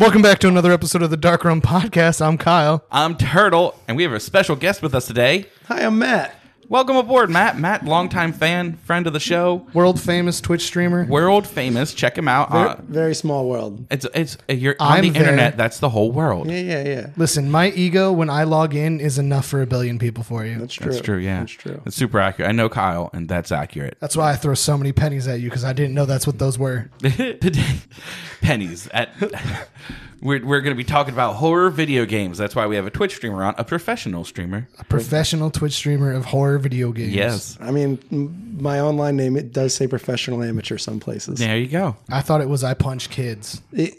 Welcome back to another episode of the Dark Room Podcast. I'm Kyle. I'm Turtle, and we have a special guest with us today. Hi, I'm Matt. Welcome aboard, Matt. Matt, longtime fan, friend of the show, World famous Twitch streamer. world famous. Check him out. Very, Uh, very small world. it's it's uh, you're on I'm the there. internet. That's the whole world. Yeah, yeah, yeah. Listen, my ego when I log in is enough for a billion people for you. That's true. That's true. Yeah, That's true. That's super accurate. I know Kyle, and that's accurate. That's why I throw so many pennies at you because I didn't know that's what those were. Today, pennies at. We're, we're going to be talking about horror video games. That's why we have a Twitch streamer on, a professional streamer. A professional Twitch streamer of horror video games. Yes. I mean, m- my online name it does say professional amateur some places. There you go. I thought it was I punch kids. It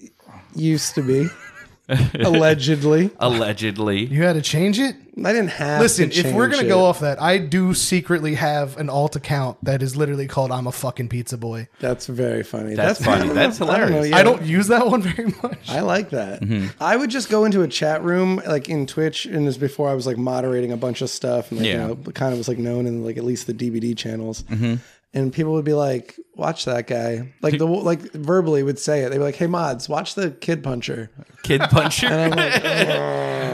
used to be allegedly. Allegedly. You had to change it? I didn't have. Listen, to if we're change gonna go it. off that, I do secretly have an alt account that is literally called "I'm a fucking pizza boy." that's very funny. That's funny. I don't That's know. I don't know. hilarious. Yeah. I don't use that one very much. I like that. Mm-hmm. I would just go into a chat room, like in Twitch, and this before I was like moderating a bunch of stuff, and like, Yeah. you know, kind of was like known in like at least the DVD channels. Mm-hmm. And people would be like, "Watch that guy!" Like the like verbally would say it. They'd be like, "Hey mods, watch the Kid Puncher." Kid puncher.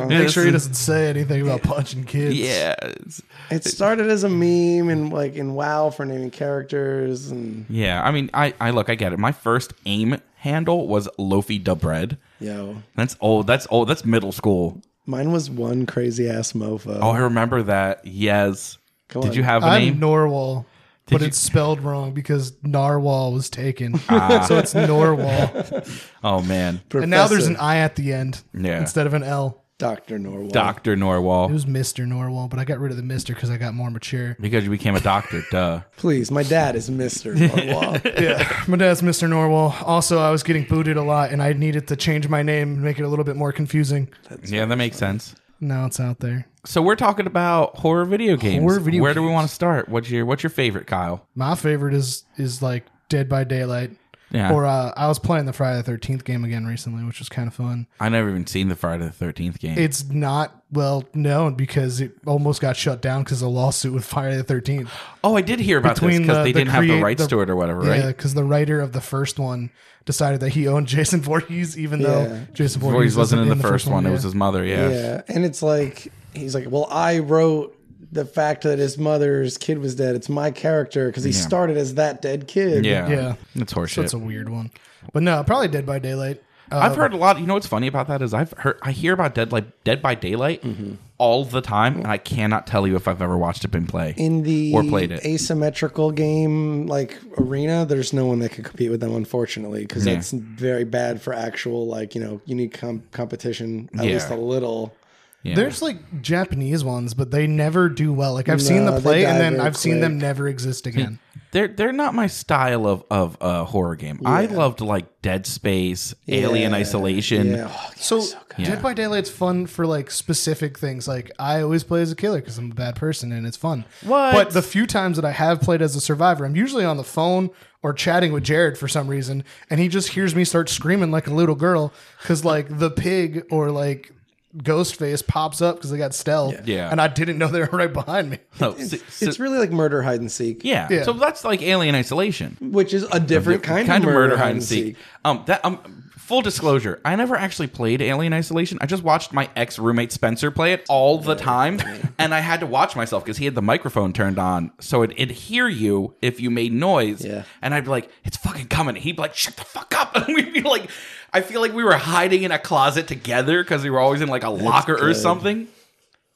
Make sure he doesn't say anything about punching kids. Yeah. it's- It started as a meme and like in WoW for naming characters, and Yeah, I mean, I, I look, I get it. My first aim handle was Lofi da Bread. yo, That's old. That's old. That's middle school. mine was one crazy ass mofo. Oh, I remember that. Yes. Go Did on. you have a I'm name? Norwal, but you- it's spelled wrong because Narwhal was taken, Ah. so it's Norwal. oh man, and now there's an Professor I at the end Yeah. instead of an L. Doctor Norwalk. Doctor It Norwal. was Mister Norwal, but I got rid of the Mister because I got more mature. Because you became a doctor, duh. Please, my dad is Mister Norwalk. Yeah, my dad's Mister Norwal. Also, I was getting booted a lot, and I needed to change my name and make it a little bit more confusing. yeah, that makes sense. Now it's out there. So we're talking about horror video games. Horror video Where do we want to start? What's your What's your favorite, Kyle? My favorite is is like Dead by Daylight. Yeah. Or uh, I was playing the Friday the Thirteenth game again recently, which was kind of fun. I never even seen the Friday the Thirteenth game. It's not well known because it almost got shut down because of a lawsuit with Friday the Thirteenth. oh, I did hear about this between because the- they the didn't have the create- rights the- to it or whatever, Yeah, 'cause right? because the writer of the first one decided that he owned Jason Voorhees, even Yeah. though Jason Voorhees, Voorhees wasn't in the, first one. It was yeah. his mother. yeah. Yeah, and it's like he's like, well, I wrote the fact that his mother's kid was dead. It's my character because he started as that dead kid. Yeah. Yeah. It's horseshit. so it's a weird one. But no, probably Dead by Daylight. Uh, I've heard a lot. You know what's funny about that is I've heard I hear about Dead like Dead by Daylight Mm-hmm. all the time, and I cannot tell you if I've ever watched it been play. In the Or played it. asymmetrical game like arena, there's no one that could compete with them, unfortunately, because Yeah. that's very bad for actual like you know you need com- competition at Yeah. least a little. Yeah. there's like Japanese ones, but they never do well. Like I've seen No, the they play, and die then very I've seen them quick. never exist again. they're they're not my style of of uh, horror game. I loved like Dead Space, Alien Yeah. Isolation. Yeah, oh, yeah, So, good. Yeah. Dead by Daylight's fun for like specific things. Like I always play as a killer because I'm a bad person and it's fun. What? But the few times that I have played as a survivor, I'm usually on the phone or chatting with Jared for some reason, and he just hears me start screaming like a little girl because like the pig or like Ghostface pops up because they got stealth. Yeah. And I didn't know they were right behind me. So, so- so- it's really like murder hide and seek, Oh, yeah. Yeah. So that's like Alien Isolation, which is a different kind, kind of murder, hide and seek. Um, that um, full disclosure, I never actually played Alien Isolation. I just watched my ex roommate Spencer play it all the time, and I had to watch myself because he had the microphone turned on, so it, it'd hear you if you made noise. Yeah. And I'd be like, it's fucking coming. He'd be like, shut the fuck up. And we'd be like, I feel like we were hiding in a closet together because we were always in like a locker or good. something.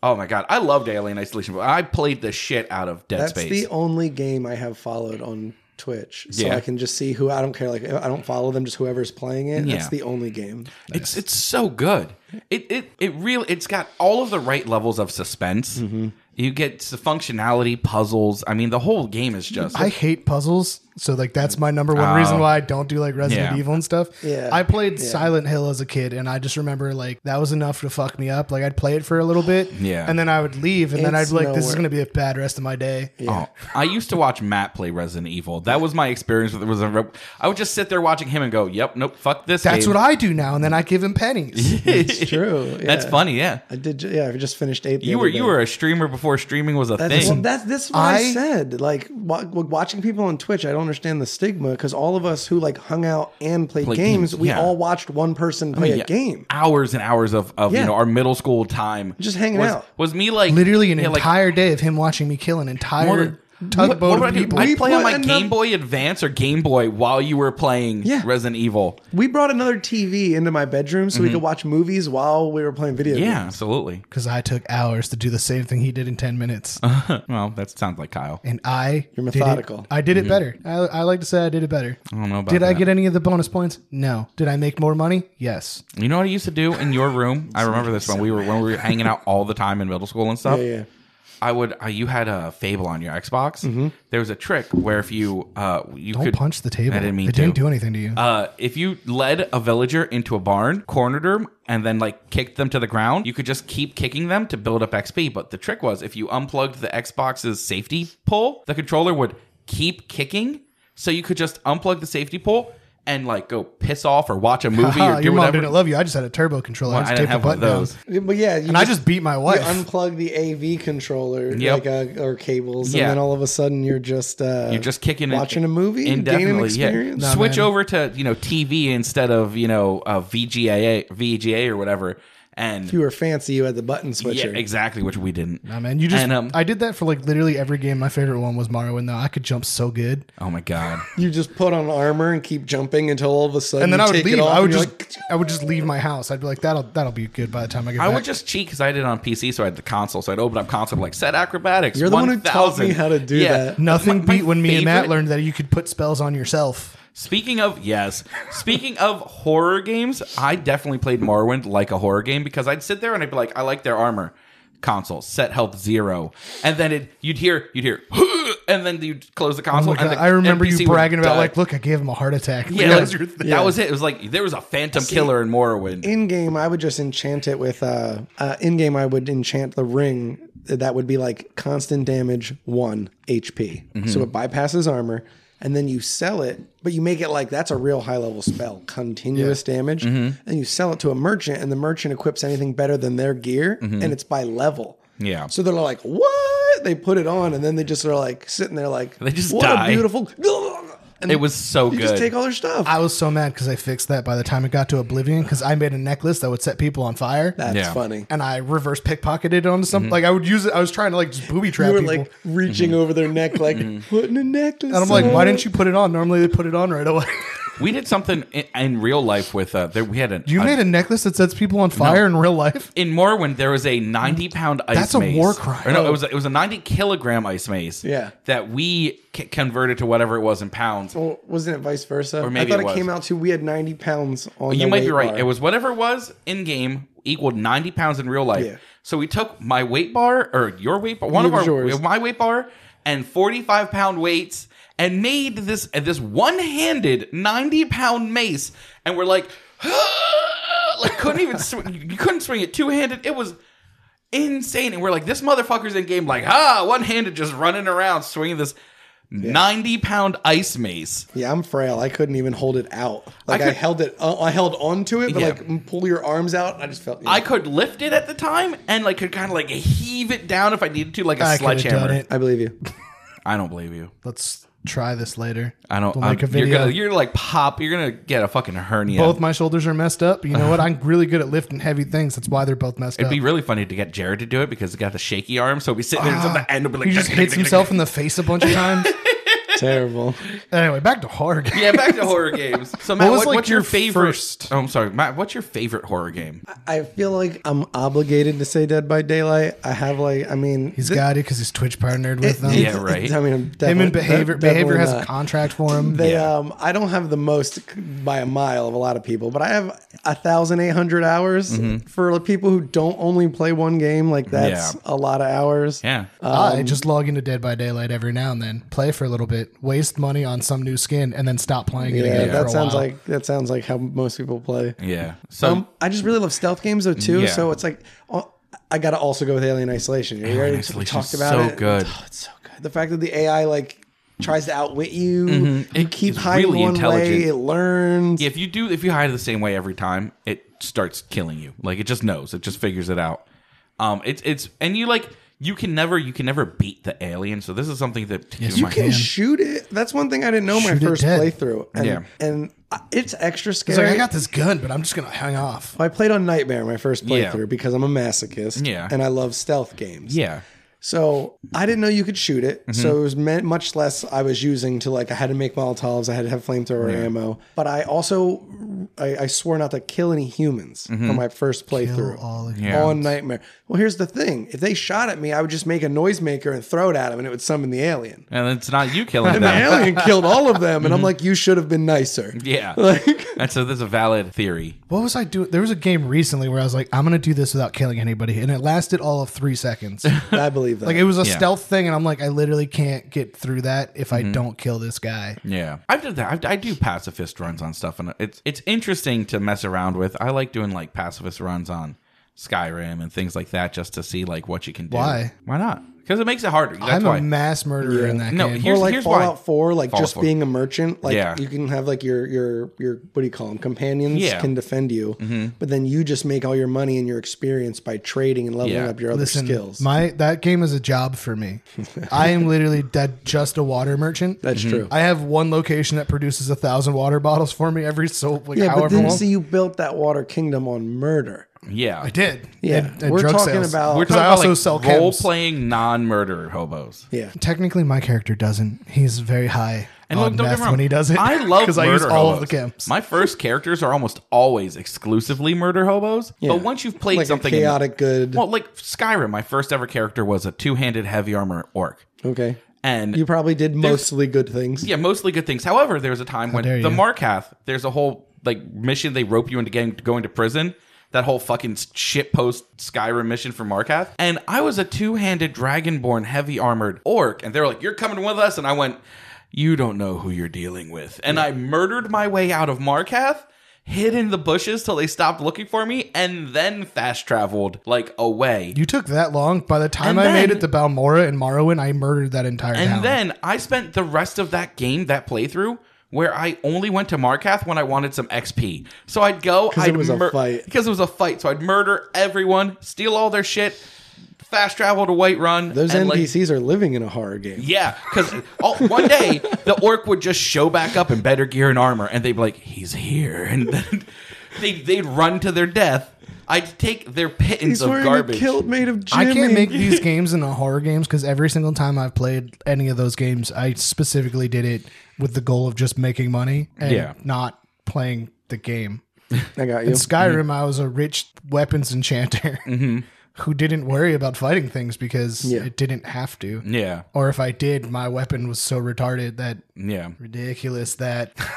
Oh my God. I loved Alien Isolation, but I played the shit out of Dead That's Space. the only game I have followed on Twitch, so Yeah. I can just see who I don't care. Like I don't follow them, just whoever's playing it. Yeah. That's the only game. It's it's so good. It it it really it's got all of the right levels of suspense. Mm-hmm. You get the functionality, puzzles. I mean, the whole game is just I hate puzzles, so like that's my number one reason Oh. why I don't do like Resident Yeah. Evil and stuff. Yeah. I played Silent Hill as a kid, and I just remember like that was enough to fuck me up. Like I'd play it for a little bit, Yeah. and then I would leave, and then I'd It's be like, "This is nowhere. gonna be a bad rest of my day." Oh, I used to watch Matt play Resident Evil. That was my experience with it. Was a, I would just sit there watching him and go, "Yep, nope, fuck this." That's game. what I do now, and then I give him pennies. It's true. Yeah. That's funny. Yeah, I did. ju- Yeah, I just finished eight. the you other were you day. were a streamer before streaming was a That's, thing. well, that's this is what I, I- said. Like wa- wa- watching people on Twitch, I don't understand the stigma because all of us who like hung out and played, Played games, games, we yeah. all watched one person play a Yeah. game. Hours and hours of, of you Yeah. know our middle school time. Just hanging was, out. Was me like Literally an yeah, like, entire day of him watching me kill an entire What, what tugboat would I of do? people. I We play on put my another- Game Boy Advance or Game Boy while you were playing Yeah. Resident Evil. We brought another TV into my bedroom so we could watch movies while we were playing video Mm-hmm. Yeah, games. absolutely. Because I took hours to do the same thing he did in 10 minutes. Uh-huh. Well, that sounds like Kyle. and I. You're methodical. I did Mm-hmm. it better. I, I like to say I did it better. I don't know about Did I that. get any of the bonus points? No. Did I make more money? Yes. You know what I used to do in your room? I remember this when we were when we were hanging out all the time in middle school and stuff. Yeah, yeah. I would. Uh, you had a Fable on your Xbox. There was a trick where if you uh, Mm-hmm. you Don't could punch the table. I didn't mean it to. didn't do anything to you. Uh, if you led a villager into a barn, cornered them, and then like kicked them to the ground, you could just keep kicking them to build up XP. But the trick was if you unplugged the Xbox's safety pull, the controller would keep kicking. So you could just unplug the safety pull and like go piss off or watch a movie Haha, or do your mom whatever. didn't love you. I just had a turbo controller. Well, I just I didn't taped the have one of button down. those. But yeah, you And I just beat my you wife. unplug the AV controller Yep. like uh, or cables, Yeah. and then all of a sudden you're just uh, You're just kicking it- watching a movie, gaining indefinitely. Yeah. experience. Switch man. over to you know TV instead of you know uh, VGA VGA or whatever. And If you were fancy, you had the button yeah, switcher. exactly, which we didn't. Nah, man, you just. And, um, I did that for like literally every game. My favorite one was Mario, and though I could jump so good, oh my god. You just put on armor and keep jumping until all of a sudden, and then you I would take it leave. off I would and you're just. I would just leave my house. I'd be like, that'll that'll be good by the time I get I back. would just cheat because I did it on PC, so I had the console. So I'd open up console like set acrobatics. You're the one who taught 1000." me how to do Yeah. that. Nothing My- my beat when me and Matt favorite- learned that you could put spells on yourself. Speaking of yes, speaking of horror games, I definitely played Morrowind like a horror game because I'd sit there and I'd be like, I like their armor. Console set health zero, and then it you'd hear you'd hear, and then you'd close the console. Like, and the Oh I remember NPC you would bragging about die. like, look, I gave him a heart attack. yeah, that like, was your thing. that was it. It was like there was a phantom killer in Morrowind. in game, I would just enchant it with uh, uh in game. I would enchant the ring that would be like constant damage one HP, Mm-hmm. so it bypasses armor, and then you sell it, but you make it like that's a real high level spell, continuous damage, Mm-hmm. and you sell it to a merchant, and the merchant equips anything better than their gear, and it's by level. Mm-hmm. Yeah. So they're like, what? They put it on, and then they just are like sitting there like They just what die. a beautiful. And it was so you good. just take all their stuff. I was so mad because I fixed that by the time it got to Oblivion because I made a necklace that would set people on fire. that's Yeah. funny. and I reverse pickpocketed it onto Mm-hmm. something. Like I would use it. I was trying to like just booby trap You were people. like reaching over their neck, like Mm-hmm. putting a necklace. and I'm like, why didn't you put it on? Normally they put it on right away. we did something in, in real life with uh, there, we had an you a- made a necklace that sets people on fire in real life. in Morrowind, there was a 90 pound ice Mm. That's a mace. war crime. Or no, it was, it was a 90 kilogram ice mace. Yeah. That we c- converted to whatever it was in pounds. Well, wasn't it vice versa? Or maybe I thought it it, was. came out to we had ninety pounds on. you the might be weight right. bar. It was whatever it was in game equaled 90 pounds in real life. Yeah. So we took my weight bar or your weight bar, one It of our, was yours. my weight bar and 45 pound weights and made this, uh, this one handed 90 pound mace. And we're like, like couldn't even, sw- you couldn't swing it two handed. It was, insane. And we're like, this motherfucker's in game, like, ah, one handed just running around swinging this 90 pound ice mace. Yeah, I'm frail. I couldn't even hold it out. Like I, could- held it. Uh, I held onto it, but Yeah. like mm, pull your arms out. and I just felt. I could lift it at the time and like could kind of like heave it down if I needed to, like a I could have done sledgehammer. it. I believe you. I don't believe you. Let's try this later. I don't. We'll I'm- make a You're video. gonna, you're like pop. You're gonna get a fucking hernia. both my shoulders are messed up. You know what? I'm really good at lifting heavy things. That's why they're both messed It'd up. be really funny to get Jared to do it because he got the shaky arm. So we sit there until the end. We'll be like, Ah, he just hits himself in the face a bunch of times. Terrible. anyway, back to horror. games. Yeah, back to horror games. So Matt, was, what- like, what's your, your favorite? first- Oh, I'm sorry, Matt. What's your favorite horror game? I feel like I'm obligated to say Dead by Daylight. I have like. I mean, He's got it because he's Twitch partnered with them. Yeah, right. I mean, I'm Him definitely- and behavior. de- behavior definitely has not. a contract for him. They, Yeah. um, I don't have the most by a mile of a lot of people, but I have a thousand eight hundred hours for people who don't only play one game. Like that's Mm-hmm. Yeah. a lot of hours. Yeah. I just log into Dead by Daylight every now and then, play for a little bit, waste money on some new skin, and then stop playing it Yeah, again. for that a sounds while. like that sounds like how most people play. yeah. So Um, I just really love stealth games though too. Yeah. So it's like oh, I got to also go with Alien Isolation. You already Isolation's talked about so it. good. Oh, it's so good. The fact that the AI like tries to outwit you, you It keep is hiding Mm-hmm. really one intelligent. way, it learns. if you do if you hide the same way every time it starts killing you like it just knows it just figures it out um it's it's and you like you can never you can never beat the alien. So this is something that to do You my- can shoot it. That's one thing I didn't know Shoot it my first dead. playthrough. And, Yeah. and I- it's extra It's like scary. I got this gun, but I'm just gonna hang off. I played on Nightmare my first Yeah. playthrough because I'm a masochist. Yeah. and I love stealth games. yeah. So I didn't know you could shoot it. Mm-hmm. So it was meant much less I was using to like I had to make Molotovs, I had to have flamethrower ammo. But I also I, I swore not to kill any humans on my first playthrough. Mm-hmm. all the- Yeah. On nightmare. Well, here's the thing: if they shot at me, I would just make a noisemaker and throw it at him, and it would summon the alien. And it's not you killing And the them. alien killed all of them, and I'm like, you should have been nicer. Mm-hmm. Yeah. Like, And so this is a valid theory. What was I doing? There was a game recently where I was like, I'm gonna do this without killing anybody, and it lasted all of three seconds. I believe that. Like it was a Yeah. Mm-hmm. stealth thing, and I'm like, I literally can't get through that if I don't kill this guy. Yeah, I've done that. I've, I do pacifist runs on stuff, and it's it's interesting to mess around with. I like doing like pacifist runs on Skyrim and things like that, just to see like what you can do. Why? Why not? Because it makes it harder. That's I'm why. a mass murderer in that No, game. here's- or like here's why. Fallout Four, like Fallout just 4. being a merchant, like Yeah. you can have like your your your what do you call them? Companions Yeah. Mm-hmm. can defend you, but then you just make all your money and your experience by trading and leveling Yeah. up your other Listen, skills. my that game is a job for me. I am literally dead, just a water merchant. That's Mm-hmm. true. I have one location that produces a thousand water bottles for me every so like yeah, but however then long. see, you built that water kingdom on murder. yeah, I did. Yeah, And- and we're drug talking sales. about We're Oh, 'Cause talking I about also like sell chems. role playing non murderer hobos. yeah. Technically, my character doesn't. He's very high And on look, don't get meth me wrong. Oh, when he does it. I love because I murder use all of the hobos. camps. My first characters are almost always exclusively murder hobos. But once you've played Like a something, chaotic good. well, like Skyrim, my first ever character was a two-handed heavy armor orc, Okay, and you probably did mostly good things. yeah, mostly good things. However, there was a time when dare the you. Markath, there's a whole like mission they rope you into getting going to prison. That whole fucking shit post Skyrim mission for Markath. And I was a two handed dragonborn heavy armored orc, and they were like, You're coming with us. And I went, You don't know who you're dealing with. And I murdered my way out of Markath, hid in the bushes till they stopped looking for me, and then fast traveled like away. You took that long. By the time And I made then- it to Balmora and Morrowind, I murdered that entire And town. then I spent the rest of that game, that playthrough, where I only went to Markath when I wanted some XP. So I'd go, I'd it was a fight. because it was a fight. So I'd murder everyone, steal all their shit, fast travel to Whiterun. Those and, like, NPCs are living in a horror game. yeah, because one day the orc would just show back up in better gear and armor, and they'd be like, "He's here," and then they they'd run to their death. I'd take their pittance He's of wearing garbage. a kilt made of I Jimmy. can't make these games into horror games because every single time I've played any of those games, I specifically did it with the goal of just making money and Yeah. not playing the game. I got you. Mm-hmm. Skyrim, I was a rich weapons enchanter who didn't worry about fighting things because it didn't have to. yeah, Or if I did, my weapon was so retarded that yeah. ridiculous that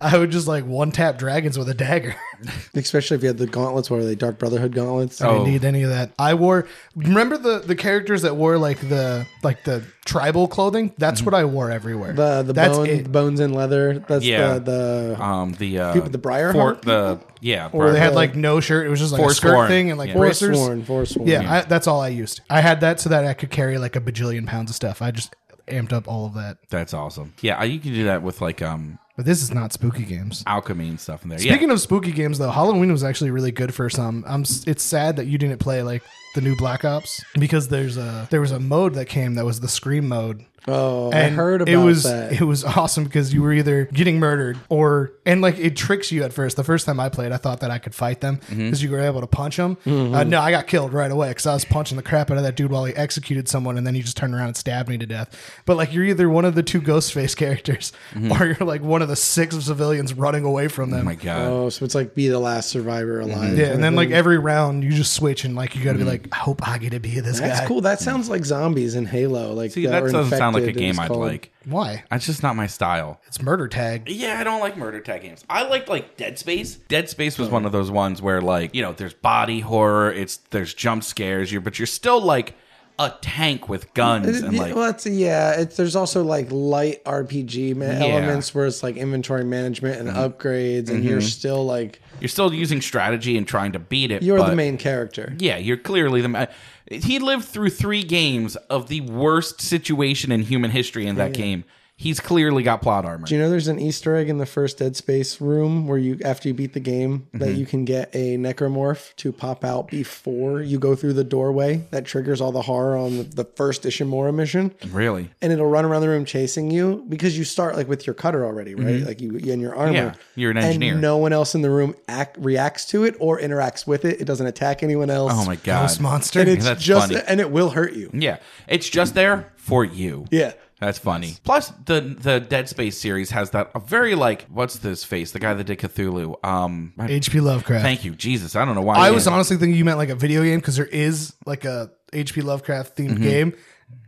I would just like one tap dragons with a dagger. Especially if you had the gauntlets, what are they? Dark Brotherhood gauntlets. I Oh. didn't need any of that. I wore remember the the characters that wore like the like the tribal clothing? That's what I wore everywhere. The the That's bone, it. bones and leather. That's Yeah. the the Um, the uh, the briar for- heart? the yeah, Where they briar- had like no shirt. It was just like a skirt Forsworn. thing and like Yeah. bracers. Forsworn, Forsworn. Yeah, I, that's all I used. I had that so that I could carry like a bajillion pounds of stuff. I just amped up all of that. That's awesome. Yeah, I- you can do that with like um But this is not spooky games. alchemy and stuff in there. Speaking of spooky games, though, Halloween was actually really good for some. I'm. s- It's sad that you didn't play like the new Black Ops because there's a there was a mode that came that was the scream mode. Oh, I And heard about it was that. it was awesome because you were either getting murdered or and like it tricks you at first. The first time I played, I thought that I could fight them because Mm-hmm. you were able to punch them. Uh, no, I got killed right away because I was punching the crap out of that dude while he executed someone, and then he just turned around and stabbed me to death. But like you're either one of the two Ghostface characters or you're like one of the six civilians running away from them. oh my god, Mm-hmm. oh, so it's like be the last survivor Mm-hmm. alive. Yeah, and then like every round you just switch and like you got to be like, I hope I get to be this Mm-hmm. that's guy. cool. That sounds like zombies in Halo. Like See, that or doesn't sound like a Infected, it was game I'd called. like. Why? That's just not my style. It's murder tag. Yeah, I don't like murder tag games. I liked like Dead Space. Dead Space Oh. was one of those ones where like you know there's body horror, it's there's jump scares, you but you're still like a tank with guns and Yeah, like well, that's yeah. It's, there's also like light RPG ma- elements where it's like inventory management Mm-hmm. and upgrades, and you're still like you're still using strategy and trying to beat it. you're but- the main character. Yeah, you're clearly the. Ma- he lived through three games of the worst situation in human history in that game. He's clearly got plot armor. Do you know there's an Easter egg in the first Dead Space room where you, after you beat the game, that Mm-hmm. you can get a necromorph to pop out before you go through the doorway that triggers all the horror on the, the first Ishimura mission, really? and it'll run around the room chasing you because you start like with your cutter already, right? Like you in your armor. Mm-hmm. Yeah, you're an engineer. And no one else in the room act, reacts to it or interacts with it. It doesn't attack anyone else. Oh my god. Ghost monster. And it's That's just funny. and it will hurt you. Yeah, it's just there for you. Yeah. That's funny. Plus, the the Dead Space series has that a very like what's this face? The guy that did Cthulhu. Um, I- HP Lovecraft. thank you, Jesus. I don't know why I was honestly thinking you meant like a video game because there is like a HP Lovecraft themed game.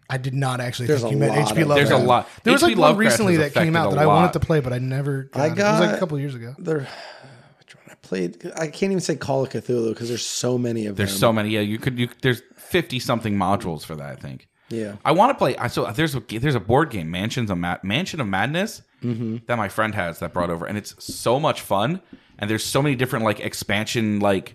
I did not actually Mm-hmm. There's think a you meant lot HP of them. Lovecraft. There's a lot. There was HP like one Lovecraft recently has that came out affected that a I lot. wanted to play, but I never. Got I it. it was like got- a couple years ago. They're which one I played I can't even say Call of Cthulhu because there's so many of There's them. so many. Yeah, you could. You, there's fifty something modules for that. I think. Yeah. I want to play. I so there's a there's a board game, Mansions of Ma- Mansion of Madness, Mm-hmm. that my friend has that brought over, and it's so much fun. And there's so many different like expansion like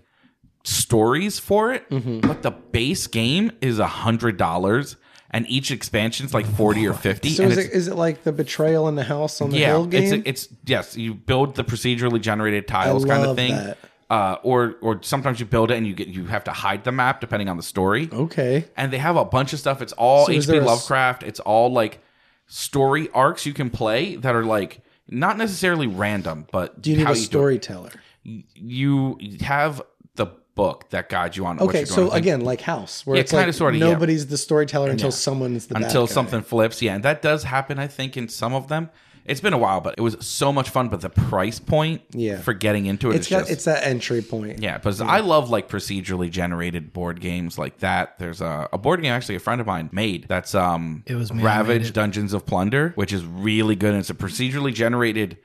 stories for it. Mm-hmm. But the base game is a hundred dollars, and each expansion's like forty or fifty. So and is it's- it, is it like the betrayal in the house on the hill game? it's, it's yes, you build the procedurally generated tiles I kind of love thing. that. Uh, or or sometimes you build it and you get you have to hide the map depending on the story. okay. And they have a bunch of stuff. It's all Oh. So is there H.P. a s- Lovecraft. It's all like story arcs you can play that are like not necessarily random, but Do you need how a do it. storyteller? You have the book that guides you on what Okay, you're doing. so I think. again, like House, where Yeah, it's like kinda, sorta, yeah. nobody's the storyteller until someone's the bad until guy. something flips. Yeah, and that does happen. I think in some of them, it's been a while, but it was so much fun. But the price point, Yeah. for getting into it, It's is got just, it's that entry point. yeah. Because I love like procedurally generated board games like that. There's a, a board game actually a friend of mine made that's um It was me that made Ravage it. Dungeons of Plunder, which is really good. And it's a procedurally generated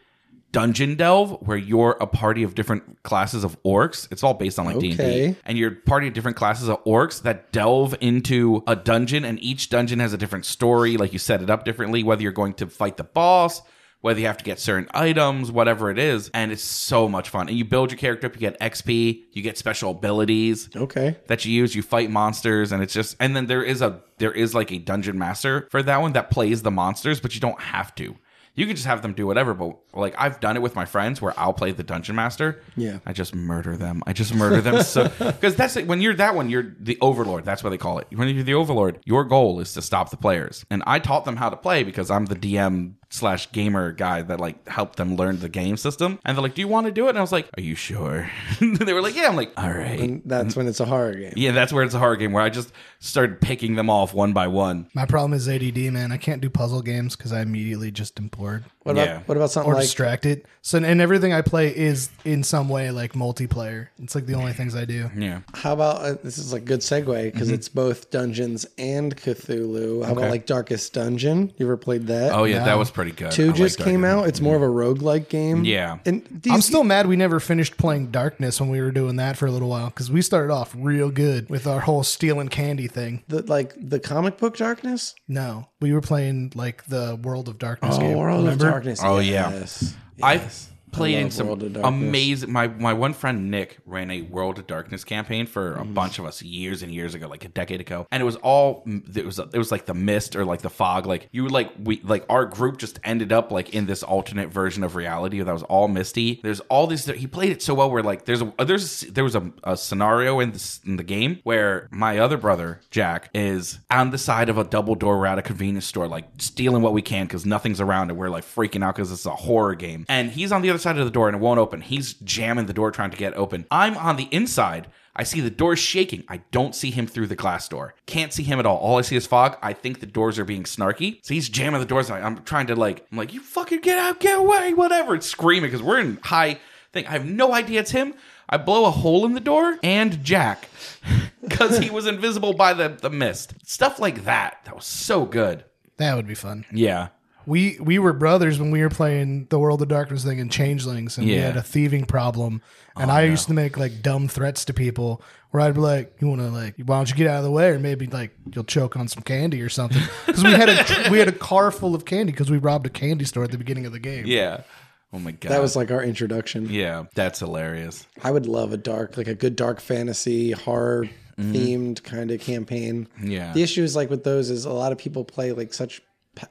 dungeon delve where you're a party of different classes of orcs it's all based on like d&d Okay. and you're a party of different classes of orcs that delve into a dungeon and each dungeon has a different story like you set it up differently whether you're going to fight the boss whether you have to get certain items whatever it is and it's so much fun and you build your character up you get xp you get special abilities Okay. that you use you fight monsters and it's just and then there is a there is like a dungeon master for that one that plays the monsters but you don't have to you can just have them do whatever but like i've done it with my friends where i'll play the dungeon master Yeah. i just murder them i just murder them so because that's it when you're that one you're the overlord that's what they call it when you're the overlord your goal is to stop the players and i taught them how to play because i'm the dm slash gamer guy that like helped them learn the game system and they're like do you want to do it and i was like are you sure they were like yeah i'm like all right And that's Mm-hmm. when it's a horror game. yeah, that's where it's a horror game where I just started picking them off one by one. My problem is ADD, man. I can't do puzzle games because I immediately just am bored What about Yeah. what about something or like distracted. So and everything I play is in some way like multiplayer. It's like the only things I do. Mm-hmm. Yeah. how about uh, this is a good segue Mm-hmm. because it's both Dungeons and Cthulhu. How about like Darkest Dungeon? You ever played that? Oh yeah, that was pretty good. I Two like just Dark came Knight. out. It's more of a roguelike game. Yeah. And these, I'm still mad we never finished playing Darkness when we were doing that for a little while because we started off real good with our whole stealing candy thing. the, like the comic book darkness. No, we were playing like the World of Darkness game. World Oh, remember? of Darkness. Oh, yeah. Yes. Yes. I've played I in love World of some Darkness. amazing. My my one friend Nick ran a World of Darkness campaign for Mm-hmm. a bunch of us years and years ago, like a decade ago, and it was all it was it was like the mist or like the fog. Like you would like we like our group just ended up like in this alternate version of reality that was all misty. There's all these. He played it so well. Where like there's a there's there was a, a scenario in the in the game where my other brother Jack is on the side of a double door we're at a convenience store, like stealing what we can because nothing's around, and we're like freaking out because it's a horror game. And he's on the other side of the door and it won't open. He's jamming the door trying to get it open. I'm on the inside. I see the door shaking. I don't see him through the glass door. Can't see him at all. All I see is fog. I think the doors are being snarky. So he's jamming the doors. And I- I'm trying to like, I'm like, you fucking get out, get away, whatever. It's screaming because we're in high thing. I have no idea it's him. I blow a hole in the door and Jack because he was invisible by the, the mist. Stuff like that. That was so good. That would be fun. Yeah. We we were brothers when we were playing the World of Darkness thing and Changelings, and we Yeah. Oh, had a thieving problem. And I used to make like dumb threats to people where I'd be like, "You want to like, why don't you get out of the way, or maybe like you'll choke on some candy or something." Because we had a we had a car full of candy because we robbed a candy store at the beginning of the game. Yeah. Oh my god. That was like our introduction. yeah. That's hilarious. I would love a dark, like a good dark fantasy horror themed kind of campaign. Mm-hmm. Yeah. The issue is like with those is a lot of people play like such pa-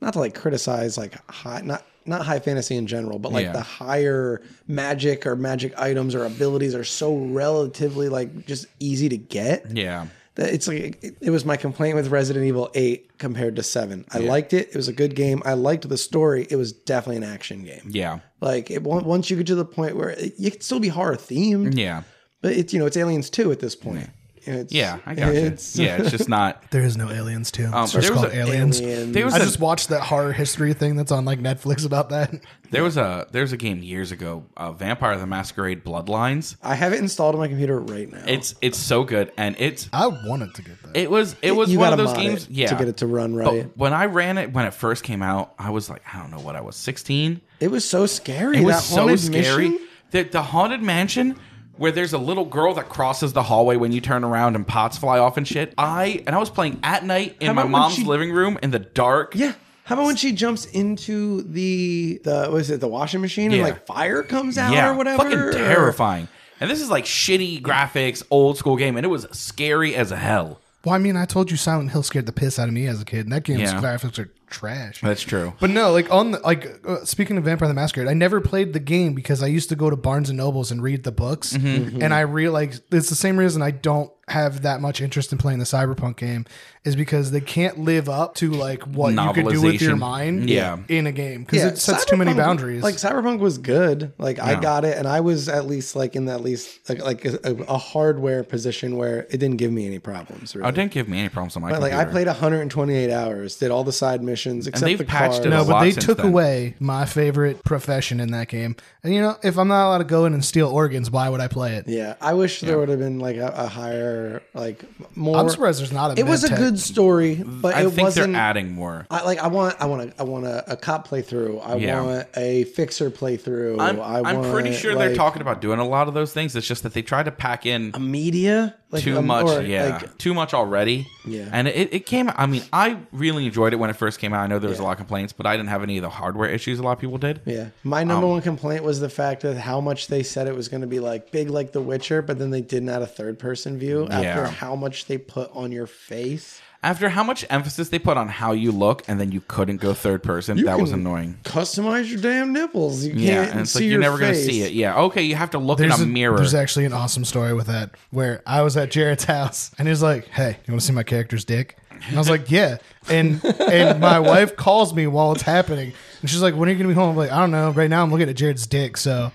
not to like criticize like high not not high fantasy in general, but like Yeah. the higher magic or magic items or abilities are so relatively like just easy to get. Yeah. That it's like it, it was my complaint with Resident Evil 8 compared to 7. I liked it. It was a good game. I liked the story. It was definitely an action game. Yeah. Like it, on- once you get to the point where it, you can still be horror themed, Yeah. but it's you know it's Aliens 2 at this point. It's, Yeah. I got it's- you. Yeah. It's just not. There is no aliens too. It's Um, there just was called a- aliens. Aliens. There was I a- just watched that horror history thing that's on like Netflix about that. There was a there was a game years ago, uh, Vampire the Masquerade Bloodlines. I have it installed on my computer right now. It's it's so good, and it's I wanted to get that. it was it was you one of gotta those mod games. it Yeah, to get it to run But right. when I ran it when it first came out, I was like, I don't know what I was sixteen. It was so scary. It was that so haunted scary. mission? The, the haunted mansion where there's a little girl that crosses the hallway when you turn around and pots fly off and shit. I and I was playing at night in How my about when mom's she- living room in the dark. Yeah. How about when she jumps into the the what is it the washing machine Yeah. and like fire comes out yeah, or whatever? or- fucking terrifying. And this is like shitty graphics, old school game, and it was scary as hell. Well, I mean, I told you Silent Hill scared the piss out of me as a kid, and that game's Yeah. graphics are trash. That's true. But no, like on the, like uh, speaking of Vampire the Masquerade, I never played the game because I used to go to Barnes and Nobles and read the books, Mm-hmm. Mm-hmm. and I realized it's the same reason I don't have that much interest in playing the Cyberpunk game is because they can't live up to like what you could do with your Novelization. mind, Yeah. in a game because it sets too many Cyberpunk- boundaries. Like Cyberpunk was good. Like I No. got it, and I was at least like in at least like, like a, a hardware position where it didn't give me any problems. Really. Oh, it didn't give me any problems on my but like computer. I played 128 hours, did all the side missions except they've the patched cars. it no, a but lot they since took then. away my favorite profession in that game, and you know, if I'm not allowed to go in and steal organs, why would I play it? Yeah, I wish there would have been like a, a higher, like more. I'm surprised there's not a. it was a medtech. good story, but I it think wasn't. they're adding more. I like. I want. I want. A, I want a, a cop playthrough. I Yeah. want a fixer playthrough. I'm, Oh, I I'm want, pretty sure like, they're talking about doing a lot of those things. It's just that they try to pack in media. Like, too um, much. or, yeah, like, too much already. Yeah. and it, it came. I mean, I really enjoyed it when it first came out. I know there was a lot of complaints, but I didn't have any of the hardware issues a lot of people did. yeah. My Um, number one complaint was the fact of how much they said it was going to be like big, like The Witcher, but then they didn't add a third person view after Yeah. how much they put on your face. After how much emphasis they put on how you look, and then you couldn't go third person, that was can- annoying. Customize your damn nipples. You can't Yeah, and it's see like you're your never gonna face. see it. Yeah, okay, you have to look in a, a- mirror. There's actually an awesome story with that where I was at Jared's house and he's like, "Hey, you want to see my character's dick?" And I was like, "Yeah." And and my wife calls me while it's happening, and she's like, "When are you gonna be home?" I'm like, "I don't know. Right now, I'm looking at Jared's dick." So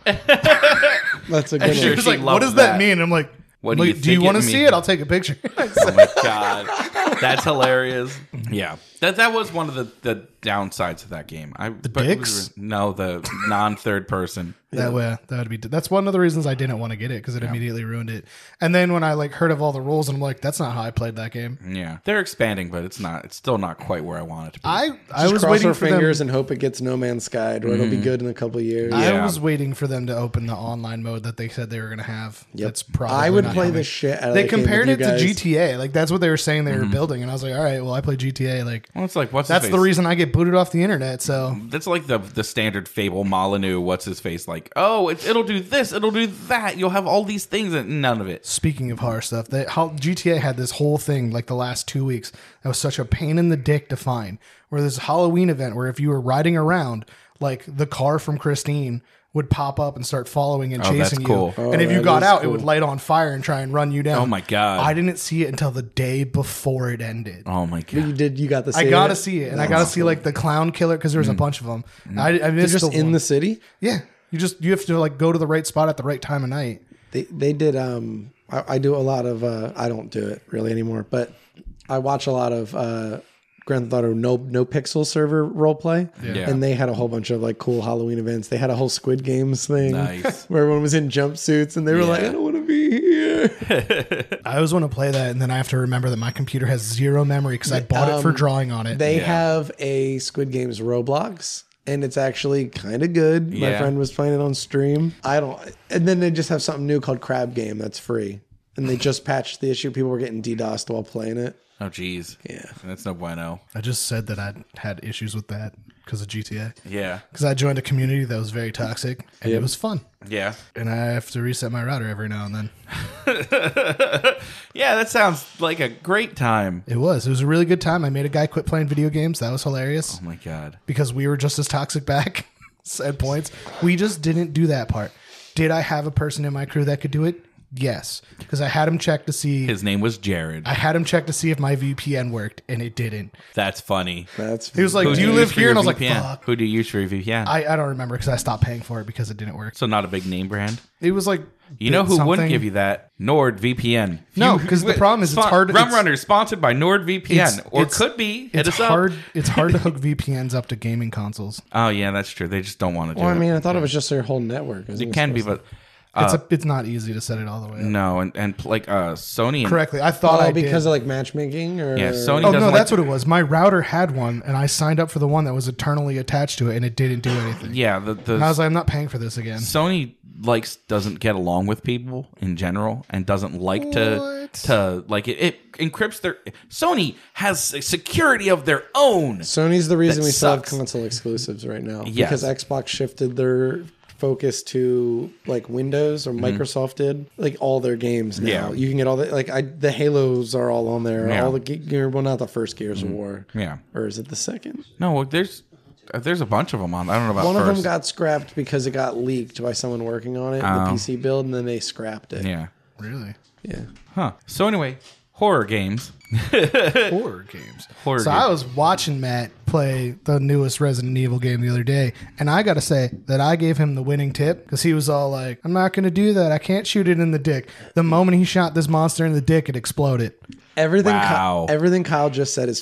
That's a good Sure. one. she's she like, "What loved does that, that. mean?" I'm like. What do "Look, you do you think it want to see means?" it? I'll take a picture. Oh my god, that's hilarious. Yeah, that that was one of the, the downsides of that game. I but it was- dicks? no, the non third person. that way, that would be. That's one of the reasons I didn't want to get it because it immediately ruined it. And then when I like heard of all the rules, and I'm like, "That's not how I played that game." Mm-hmm. Yeah, they're expanding, but it's not. It's still not quite where I want it to be. I I was cross waiting our for fingers them. Mm. and hope it gets No Man's Sky, where it'll be good in a couple years. Yeah. I was waiting for them to open the online mode that they said they were going to have. That's probably I would not play coming. the shit out of they that game with compared you it to guys. GTA. Like that's what they were saying they were building, and I was like, all right, well, I play GTA. Like Mm-hmm. well, it's like what's that's his the face? reason I get booted off the internet. So That's like the the standard fable Molyneux. What's his face like? Oh, it, it'll do this. It'll do that. You'll have all these things and none of it. speaking of horror stuff, that how GTA had this whole thing like the last two weeks that was such a pain in the dick to find. Where this Halloween event where if you were riding around, like the car from Christine would pop up and start following and Oh, that's chasing you, cool. and if you Oh, that got is out, it cool. would light on fire and try and run you down. Oh my God. I didn't see it until the day before it ended. Oh my You god. did. You got the. I gotta see it, and I gotta see like the clown killer because Mm. there was a bunch of them. I, I missed Just the in one. the city. yeah. You just you have to like go to the right spot at the right time of night. They they did. Um, I, I do a lot of. Uh, I don't do it really anymore, but I watch a lot of. Uh, Grand Theft Auto no no pixel server role play, Yeah. and they had a whole bunch of like cool Halloween events. They had a whole Squid Games thing Nice. where everyone was in jumpsuits, and they were like, "I don't want to be here." I always want to play that, and then I have to remember that my computer has zero memory because I bought it for drawing on it. They have a Squid Games Roblox, and it's actually kind of good. My Yeah. friend was playing it on stream. I don't, and then they just have something new called Crab Game that's free, and they just patched the issue. People were getting DDoSed while playing it. Oh jeez. Yeah. That's no bueno. I just said that I had issues with that because of GTA. Yeah. Because I joined a community that was very toxic and it was fun. Yeah. And I have to reset my router every now and then. Yeah, that sounds like a great time. It was. It was a really good time. I made a guy quit playing video games. That was hilarious Oh my god. because we were just as toxic back at points. We just didn't do that part. Did I have a person in my crew that could do it? Yes. Because I had him check to see. His name was Jared. I had him check to see if my VPN worked, and it didn't. That's funny. That's He was like, Who "Do you use live for here?" your And I was like, VPN? "Fuck." Who do you use for your VPN? I, I don't remember because I stopped paying for it because it didn't work. so not a big name brand. It was like You know who wouldn't something. give you that? NordVPN. No, You- 'cause the problem is it's Spon- hard- Rum it's- Runner is sponsored by NordVPN, It's- or it's- could be. Hit It's us up. hard. It's hard to hook VPNs up to gaming consoles. Oh yeah, that's true. They just don't want to do Well, it. I mean, I thought it was just their whole network. Isn't it can be, but it's Uh, a, it's not easy to set it all the way up. no, and and like uh, Sony. And, correctly. I thought I oh, did. because of like matchmaking or Yeah, Sony Oh doesn't no, like that's to- what it was. My router had one, and I signed up for the one that was eternally attached to it, and it didn't do anything. Yeah, the, the And I was like, I'm not paying for this again. Sony likes doesn't get along with people in general and doesn't like to What? to like it, it encrypts their Sony has a security of their own. Sony's the reason That we still have sucks. console exclusives right now Yes. because Xbox shifted their focus to like Windows or Microsoft did like all their games now. Mm-hmm. Yeah. You can get all the like I, the Halos are all on there. Yeah. Mm-hmm. All the Ge- Gear, well, not the first Gears of War. Yeah. or is it the second? No, well, there's uh, there's a bunch of them on. I don't know about One first. of them got scrapped because it got leaked by someone working on it, the PC build, and then they scrapped it. Oh. yeah. Really, yeah. Huh. So anyway, horror games. horror games. Horror so games. I was watching Matt play the newest Resident Evil game the other day, and I got to say that I gave him the winning tip because he was all like, "I'm not going to do that. I can't shoot it in the dick." The moment he shot this monster in the dick, it exploded. Everything, Ky- Wow. everything Kyle just said is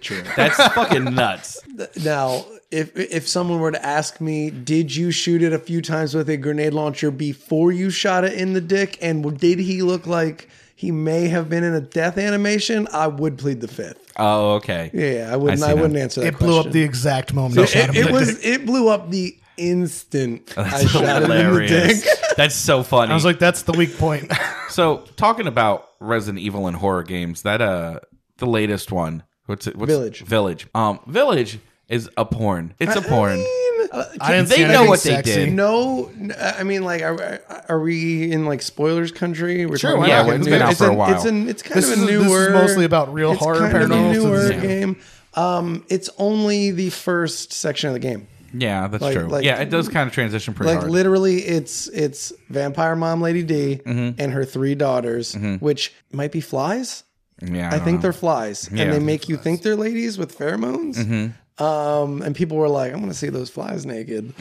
true. That's fucking nuts. Now, if if someone were to ask me, did you shoot it a few times with a grenade launcher before you shot it in the dick, and did he look like he may have been in a death animation? I would plead the fifth. Oh, okay. Yeah, I I wouldn't. see I, wouldn't now. answer that. It blew up question. the exact moment. I shot him It, in it the was. dick. It blew up the instant I That's shot it in the hilarious. dick. That's so funny. I was like, "That's the weak point." so talking about Resident Evil and horror games, that uh, the latest one. What's it? What's Village. Village. Um, Village is a porn. It's a porn. I didn't They see know anything what they sexy. did. No, n- uh, I mean, like, are, are we in like spoilers country? We're Sure, talking why about, not? like, It's new- been out it's for a an- while. It's an it's kind This of a is- this newer. is mostly about real it's horror, kind of a paranormal newer stuff. game. Um, it's only the first section of the game. Yeah, that's Like- true. like- yeah, it does kind of transition pretty Like hard. literally, it's it's vampire mom Lady D Mm-hmm. and her three daughters, which might be flies. yeah, I don't Uh, think know. they're flies, Yeah. and they make you think they're ladies with pheromones. Mm-hmm. Um, and people were like, "I want to see those flies naked."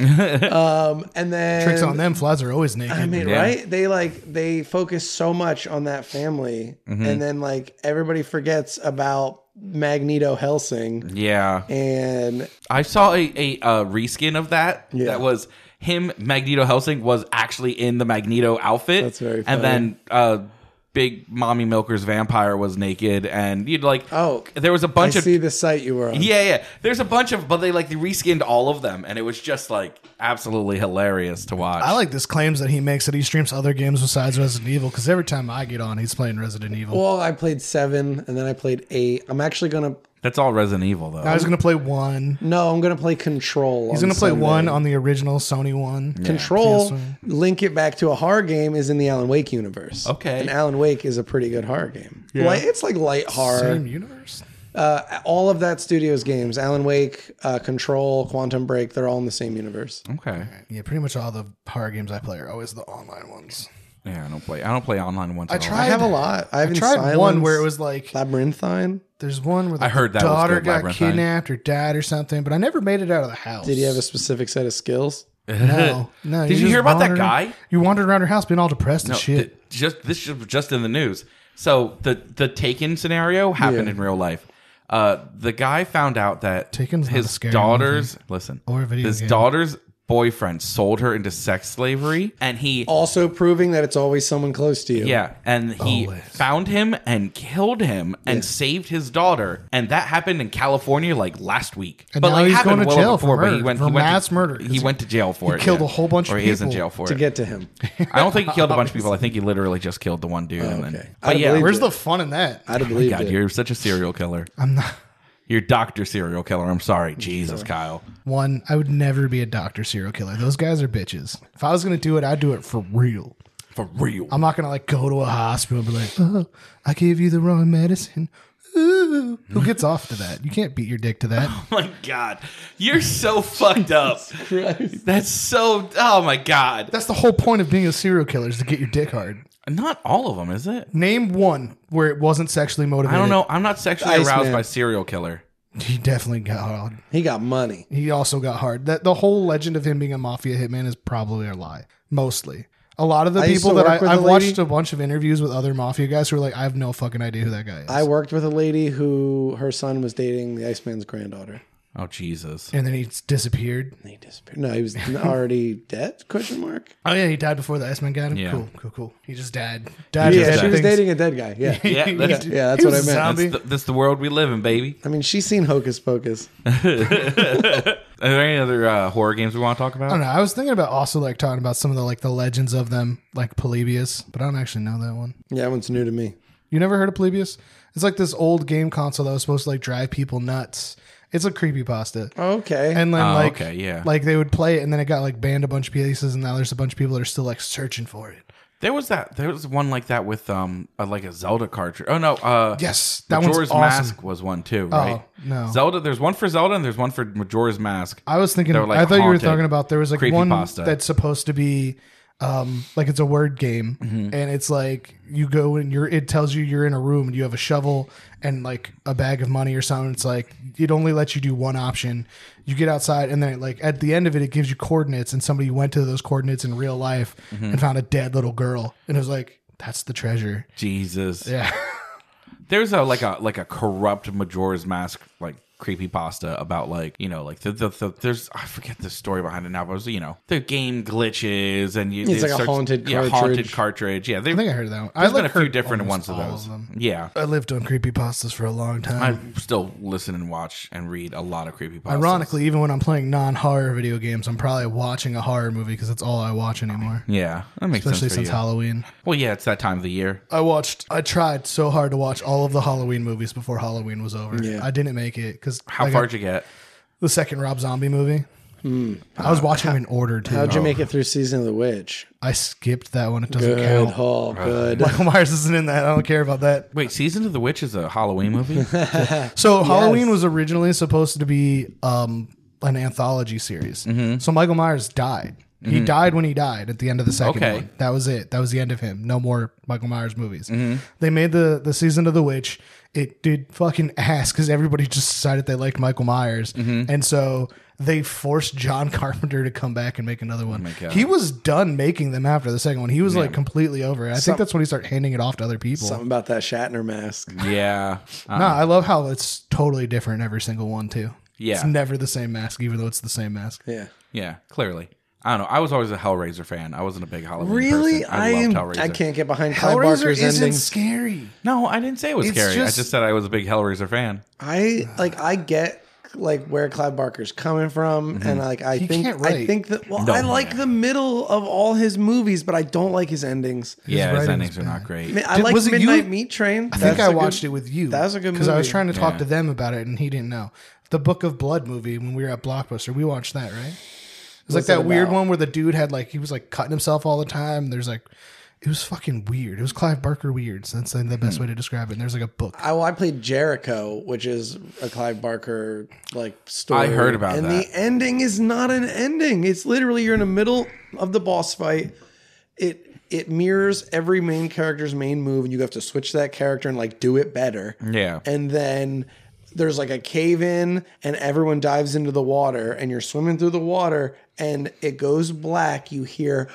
um, and then Tricks on them. Flies are always naked. I mean, Yeah. right? They like they focus so much on that family, Mm-hmm. and then like everybody forgets about Magneto Helsing, Yeah, and I saw a, a uh, reskin of that. Yeah. That was him. Magneto Helsing was actually in the Magneto outfit. That's very funny. And then uh, big mommy milker's vampire was naked, and you'd like Oh, there was a I bunch of see the site you were on. yeah yeah. There's a bunch of but they like they reskinned all of them, and it was just like absolutely hilarious to watch. I like this claims that he makes that he streams other games besides Resident Evil because every time I get on, he's playing Resident Evil. Well, I played seven, and then I played eight. I'm actually gonna That's all Resident Evil though. I was gonna play one. no, I'm gonna play Control. He's gonna play one on the original Sony one. Control. PS1. Link it back to a horror game is in the Alan Wake universe. Okay. and Alan Wake is a pretty good horror game. Like, it's like light horror. Same universe. Uh, all of that studio's games, Alan Wake, uh, Control, Quantum Break, they're all in the same universe. okay. Yeah, pretty much all the horror games I play are always the online ones. Yeah, I don't play. I don't play online ones. I at all. tried. I have a lot. I have I in tried Silence, one where it was like Labyrinthine. there's one where the I heard that was daughter good, got Labyrinthine. kidnapped or died or something, but I never made it out of the house. Did you have a specific set of skills? no? No. Did you just hear about that wandered- guy? You wandered around her house being all depressed and shit. th- just this was just in the news. So the the Taken scenario happened Yeah. in real life. Uh, the guy found out that Taken's not a his scary daughter's listen Or a video his game. daughter's boyfriend sold her into sex slavery, and he Also proving that it's always someone close to you. yeah, and he Always. found him and killed him and saved his daughter, and that happened in California like last week. And now like he's happened going to jail for murder, for mass to, murder. He went to jail for it. killed a whole bunch or of he is in people jail for To it. get to him. I don't think he killed a bunch of people. I think he literally just killed the one dude. and then, okay. I but yeah, believe Where's it. the fun in that? I'd have believed God, it. you're such a serial killer. I'm not. You're Doctor Serial Killer. I'm sorry, Jesus, Kyle. One, I would never be a doctor serial killer. Those guys are bitches. If I was gonna do it, I'd do it for real. For real. I'm not gonna like go to a hospital and be like, oh, I gave you the wrong medicine. Ooh. Who gets off to that? You can't beat your dick to that. Oh my god, you're so fucked up. That's so. Oh my god. That's the whole point of being a serial killer is to get your dick hard. Not all of them, is it? Name one where it wasn't sexually I motivated. don't know. I'm not sexually Iceman. aroused by serial killer. He definitely got hard. He got money. He also got hard. That the whole legend of him being a mafia hitman is probably a lie. Mostly. A lot of the I used people to that I, work with I've a lady- watched a bunch of interviews with other mafia guys who are like, I have no fucking idea who that guy is. I worked with a lady who her son was dating the Iceman's granddaughter. Oh Jesus. and then he disappeared. And he disappeared. No, he was already dead? Question mark. Oh yeah, he died before the Iceman got him. Yeah. Cool, cool, cool. He just died. Died. yeah, of she was things. dating a dead guy. Yeah. Yeah, that's, He- Yeah, that's he what was a I meant. that's, Zombie. the, that's the world we live in, baby. I mean, she's seen Hocus Pocus. Are there any other uh, horror games we want to talk I about? don't know. I was thinking about also like talking about some of the like the legends of them, like Polybius, but I don't actually know that one. Yeah, that one's new to me. You never heard of Polybius? It's like this old game console that was supposed to like drive people nuts. It's a creepypasta. Okay. And then Oh, like okay, yeah. like they would play it and then it got like banned a bunch of pieces and now there's a bunch of people that are still like searching for it. There was that. There was one like that with um uh, like a Zelda cartridge. Oh no. Uh, Yes, that one's Majora's awesome. Oh, Mask was one too, right? no. Zelda. There's one for Zelda and there's one for Majora's Mask. I was thinking They're, like, I thought you were haunted. talking about there was like one Creepypasta. that's supposed to be um like it's a word game Mm-hmm. and it's like you go and you're it tells you you're in a room and you have a shovel and like a bag of money or something it's like it only lets you do one option you get outside and then it, like at the end of it it gives you coordinates and somebody went to those coordinates in real life Mm-hmm. and found a dead little girl and it was like that's the treasure Jesus. yeah There's a like a like a corrupt Majora's Mask like creepypasta about like you know like the, the, the there's I forget the story behind it now but it was, you know the game glitches and you It's it like a haunted yeah, haunted cartridge. cartridge yeah they, i think i heard that one there's i've been a few different ones of those yeah i lived on creepypastas for a long time I still listen and watch and read a lot of creepypastas Ironically, even when I'm playing non-horror video games, I'm probably watching a horror movie because that's all I watch anymore. yeah that makes Especially sense for since you. Halloween. well yeah it's that time of the year I watched. I tried so hard to watch all of the Halloween movies before Halloween was over. Yeah. I didn't make it because how far did you get the second Rob Zombie movie. I Uh, was watching them in order too. Hmm. How'd you make it through Season of the Witch? I skipped that one. It doesn't Good count. haul. Good. Michael Myers isn't in that. I don't care about that. wait season of the witch is a Halloween movie So Halloween was originally supposed to be um, an anthology series. Mm-hmm. So Michael Myers died. He died when he died at the end of the second Okay. one. That was it. That was the end of him. No more Michael Myers movies. Mm-hmm. They made the the season of the witch. It did fucking ass because everybody just decided they liked Michael Myers, Mm-hmm. and so they forced John Carpenter to come back and make another one. Oh God. he was done making them after the second one. He was like completely over. it. I think that's when he started handing it off to other people. Something about that Shatner mask. yeah No, I love how it's totally different every single one too. Yeah. it's never the same mask, even though it's the same mask. Yeah. Yeah, clearly. I don't know. I was always a Hellraiser fan. I wasn't a big Halloween. person. I, loved am. Hellraiser. I can't get behind Clive Barker's endings. scary. No, I didn't say it was It's scary. just- I just said I was a big Hellraiser fan. I like. I get like where Clive Barker's coming from, and like I think Mm-hmm. can't I write. think that. Well, No, I like yeah. the middle of all his movies, but I don't like his endings. yeah, his writing's endings are not bad. great. I, mean, I Did- like was it you? Midnight Meat Train. I think I watched it with you. that was a good I was movie. trying to talk Yeah. to them about it, and he didn't know. The Book of Blood movie when we were at Blockbuster, we watched that, right? It was like What's that it weird about? one where the dude had like he was like cutting himself all the time. There's like it was fucking weird. It was Clive Barker weird. So that's like the Hmm. best way to describe it. And there's like a book. I, well, I played Jericho, which is a Clive Barker like story. I heard about and that. the ending is not an ending. It's literally you're in the middle of the boss fight. It it mirrors every main character's main move, and you have to switch that character and like do it better. Yeah. And then there's like a cave in, and everyone dives into the water, and you're swimming through the water, and it goes black. You hear,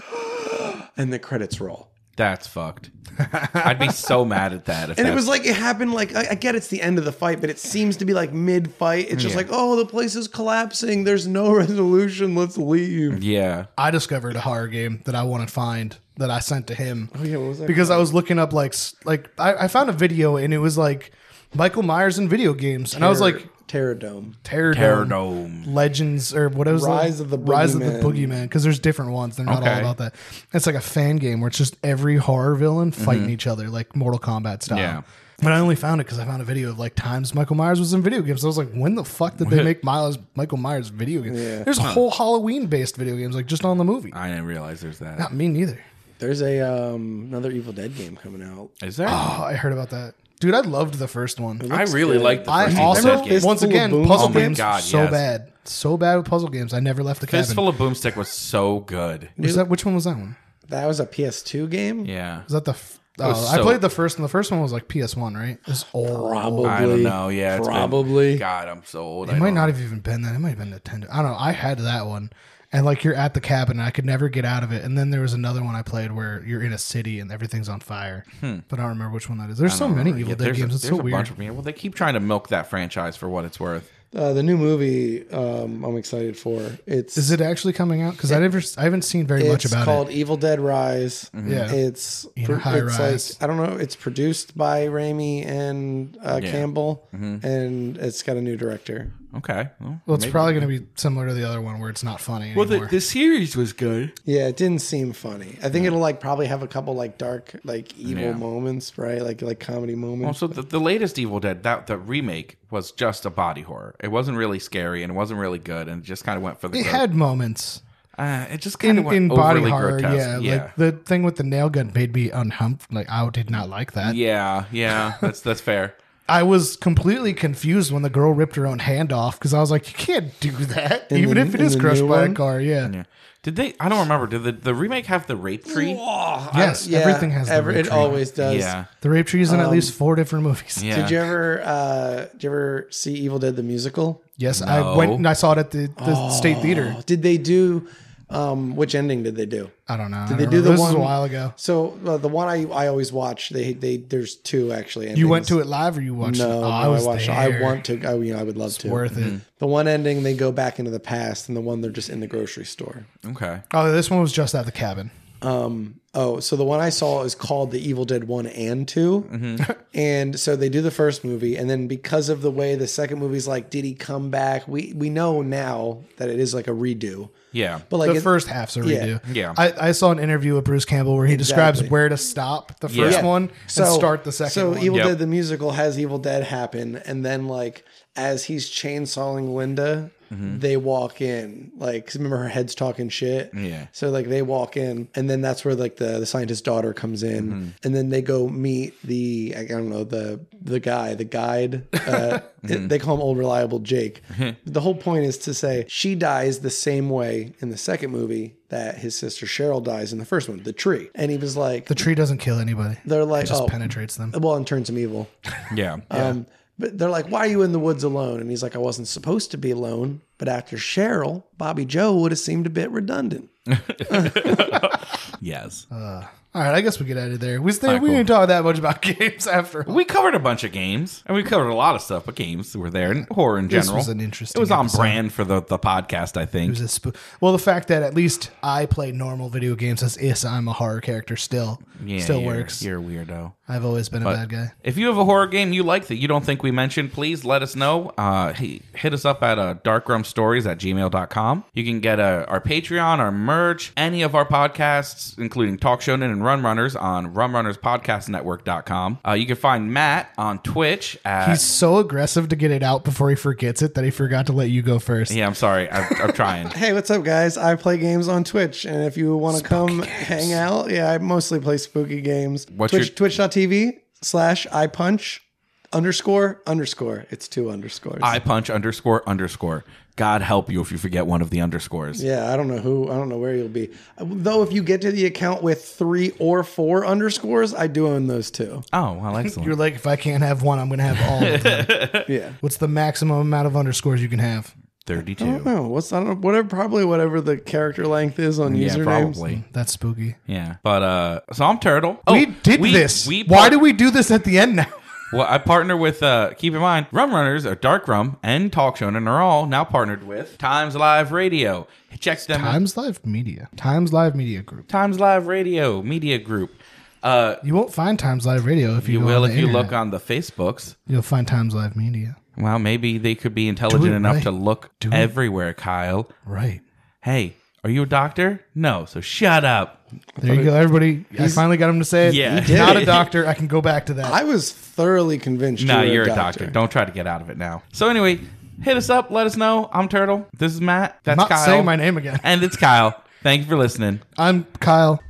and the credits roll. That's fucked. I'd be so mad at that. If And it that's- was like it happened like I, I get it's the end of the fight, but it seems to be like mid fight. It's just Yeah. like oh the place is collapsing. There's no resolution. Let's leave. yeah. I discovered a horror game that I want to find that I sent to him. Oh yeah, what was that Because I was looking up like s- like I, I found a video and it was like Michael Myers in video games, and I was like Terror Dome. Terror Terror Dome, Dome. Legends or what was Rise the, of the Rise of the Boogeyman. Boogeyman because there's different ones. They're not Okay. all about that. It's like a fan game where it's just every horror villain fighting each other like Mortal Kombat style. Mm-hmm. Yeah. But I only found it because I found a video of like times Michael Myers was in video games. I was like, when the fuck did they make Miles Michael Myers video games? There's a whole Halloween based video games like just on the movie. I didn't realize there's that. Not me neither. There's a um, another Evil Dead game coming out. Is there? Oh, I heard about that, dude. I loved the first one. I really like the I first also Evil Dead once game. Fistful of again Boom. puzzle Oh my games God, so yes. bad, so bad with puzzle games. I never left the cabin. Fistful of Boomstick was so good. was that which one was that one? That was a PS2 game. Yeah. Was that the? F- oh, was I so- played the first one. The first one was like PS One, right? It was old. Probably. I don't know. Yeah. it's been- probably. God, I'm so old. I It might don't- not have even been that. It might have been Nintendo. I don't know. I had that one, and like you're at the cabin, and I could never get out of it. And then there was another one I played where you're in a city and everything's on fire, Hmm. but I don't remember which one that is. There's so many Evil Yeah, Dead there's games. A, it's there's so a weird. bunch of me. Well, they keep trying to milk that franchise for what it's worth. Uh, the new movie um, I'm excited for. It's is it actually coming out? Because I never, I haven't seen very much it's about called it. Evil Dead Rise. Yeah. It's You know, pro- High it's Rise. like I don't know. It's produced by Raimi and uh, Campbell, Mm-hmm. and it's got a new director. Okay. Well, Well, it's probably going to be similar to the other one where it's not funny anymore. series was good. Yeah, it didn't seem funny. I think it'll like probably have a couple like dark, like evil Yeah. moments, right? Like like comedy moments. Also, the, the latest Evil Dead, that the remake was just a body horror. It wasn't really scary and it wasn't really good, and it just kind of went for the. it gro- had moments uh, it just kind in, of went in overly body horror. grotesque. Yeah, yeah. like the thing with the nail gun made me unhumped. Like I did not like that. yeah, yeah, that's that's fair. I was completely confused when the girl ripped her own hand off because I was like, you can't do that, even the- if it in is the crushed new by a one? car. Yeah. Yeah. Did they? I don't remember. Did the, the remake have the rape tree? Yes, Yeah, everything has the every- rape it tree. always does. Oh, Yeah, the rape tree Um, is in at least four different movies. yeah. Did you ever uh did you ever see Evil Dead the musical? Yes, I went and I saw it at the, the Oh. state theater. Did they do um which ending did they do? I don't know. Did I they don't remember. do the this was one a while ago? So uh, the one I, I always watch, they they there's two actually. Endings. You went to it live or you watched it? No, Oh, no, I I, was watched. there. I want Mm-hmm. to. I, you know, I would love to. worth it. The one ending they go back into the past, and the one they're just in the grocery store. Okay. Oh, this one was just at the cabin. Oh, so the one I saw is called The Evil Dead 1 and 2. Mm-hmm. and so they do the first movie and then because of the way the second movie's like did he come back? We we know now that it is like a redo. Yeah. But like the it- first half's a redo. Yeah. I, I saw an interview with Bruce Campbell where he describes Exactly. where to stop the Yeah. first Yeah. one and start the second So one. Evil Yep. Dead the musical has Evil Dead happen, and then like as he's chainsawing Linda, Mm-hmm. they walk in. Like 'cause remember her head's talking shit. Yeah. So like they walk in, and then that's where like the the scientist's daughter comes in, Mm-hmm. and then they go meet the I don't know the the guy the guide. Uh, Mm-hmm. it- they call him old reliable Jake. the whole point is to say she dies the same way in the second movie that his sister Cheryl dies in the first one, the tree. And he was like. the tree doesn't kill anybody. they're like, just oh, penetrates them. well, and turns him evil. Yeah. uh, Um, but they're like, "Why are you in the woods alone?" And he's like, "I wasn't supposed to be alone." But after Cheryl, Bobby Joe would have seemed a bit redundant. yes. All right, I guess we get out of there. We, stay, we cool. didn't talk that much about games after all. we covered a bunch of games, and we covered a lot of stuff, but games were there and horror in This general. was an interesting It was on episode. brand for the the podcast, I think. It was a sp- well, the fact that at least I play normal video games as is I'm a horror character still still you're- works. You're a weirdo. I've always been a bad guy. If you have a horror game you like that you don't think we mentioned, please let us know. Uh, hey, hit us up at uh, darkrumstories at gmail.com. You can get uh, our Patreon, our merch, any of our podcasts, including Talk Shonen and Run Runners on runrunnerspodcastnetwork.com. Uh, you can find Matt on Twitch at. He's so aggressive to get it out before he forgets it that he forgot to let you go first. yeah, I'm sorry. I'm, I'm trying. Hey, what's up, guys? I play games on Twitch, and if you want to come hang out, yeah, I mostly play spooky games. What's Twitch, your- Twitch.tv slash I punch underscore underscore. It's two underscores. I punch underscore underscore. God help you if you forget one of the underscores. yeah, I don't know who, I don't know where you'll be. Though, if you get to the account with three or four underscores, I do own those too. Oh, well, excellent. You're like, if I can't have one, I'm going to have all of them. Uh, Yeah. What's the maximum amount of underscores you can have? oh, 32. No, what's I don't know, whatever probably whatever the character length is on Yeah, usernames. probably. That's spooky. Yeah. But, uh, so I'm Turtle. Oh, we did this. we Why par- do we do this at the end now? Well, I partner with, uh, keep in mind, Rum Runners, or Dark Rum, and Talk Shonen are all now partnered with Times Live Radio. Check them Times Live Media. Times Live Media Group. Times Live Radio Media Group. Uh, You won't find Times Live Radio if you, you go will on if the you internet. look on the Facebooks. You'll find Times Live Media. Well, maybe they could be intelligent enough right. to look everywhere, Kyle. Right. Hey, Are you a doctor? No. So shut up. There you go, everybody. I finally got him to say it. Yeah. He did. Not a doctor. I can go back to that. I was thoroughly convinced. No, you were you're a doctor. Don't try to get out of it now. So anyway, hit us up. Let us know. I'm Turtle. This is Matt. That's I'm not Kyle. saying my name again. And it's Kyle. Thank you for listening. I'm Kyle.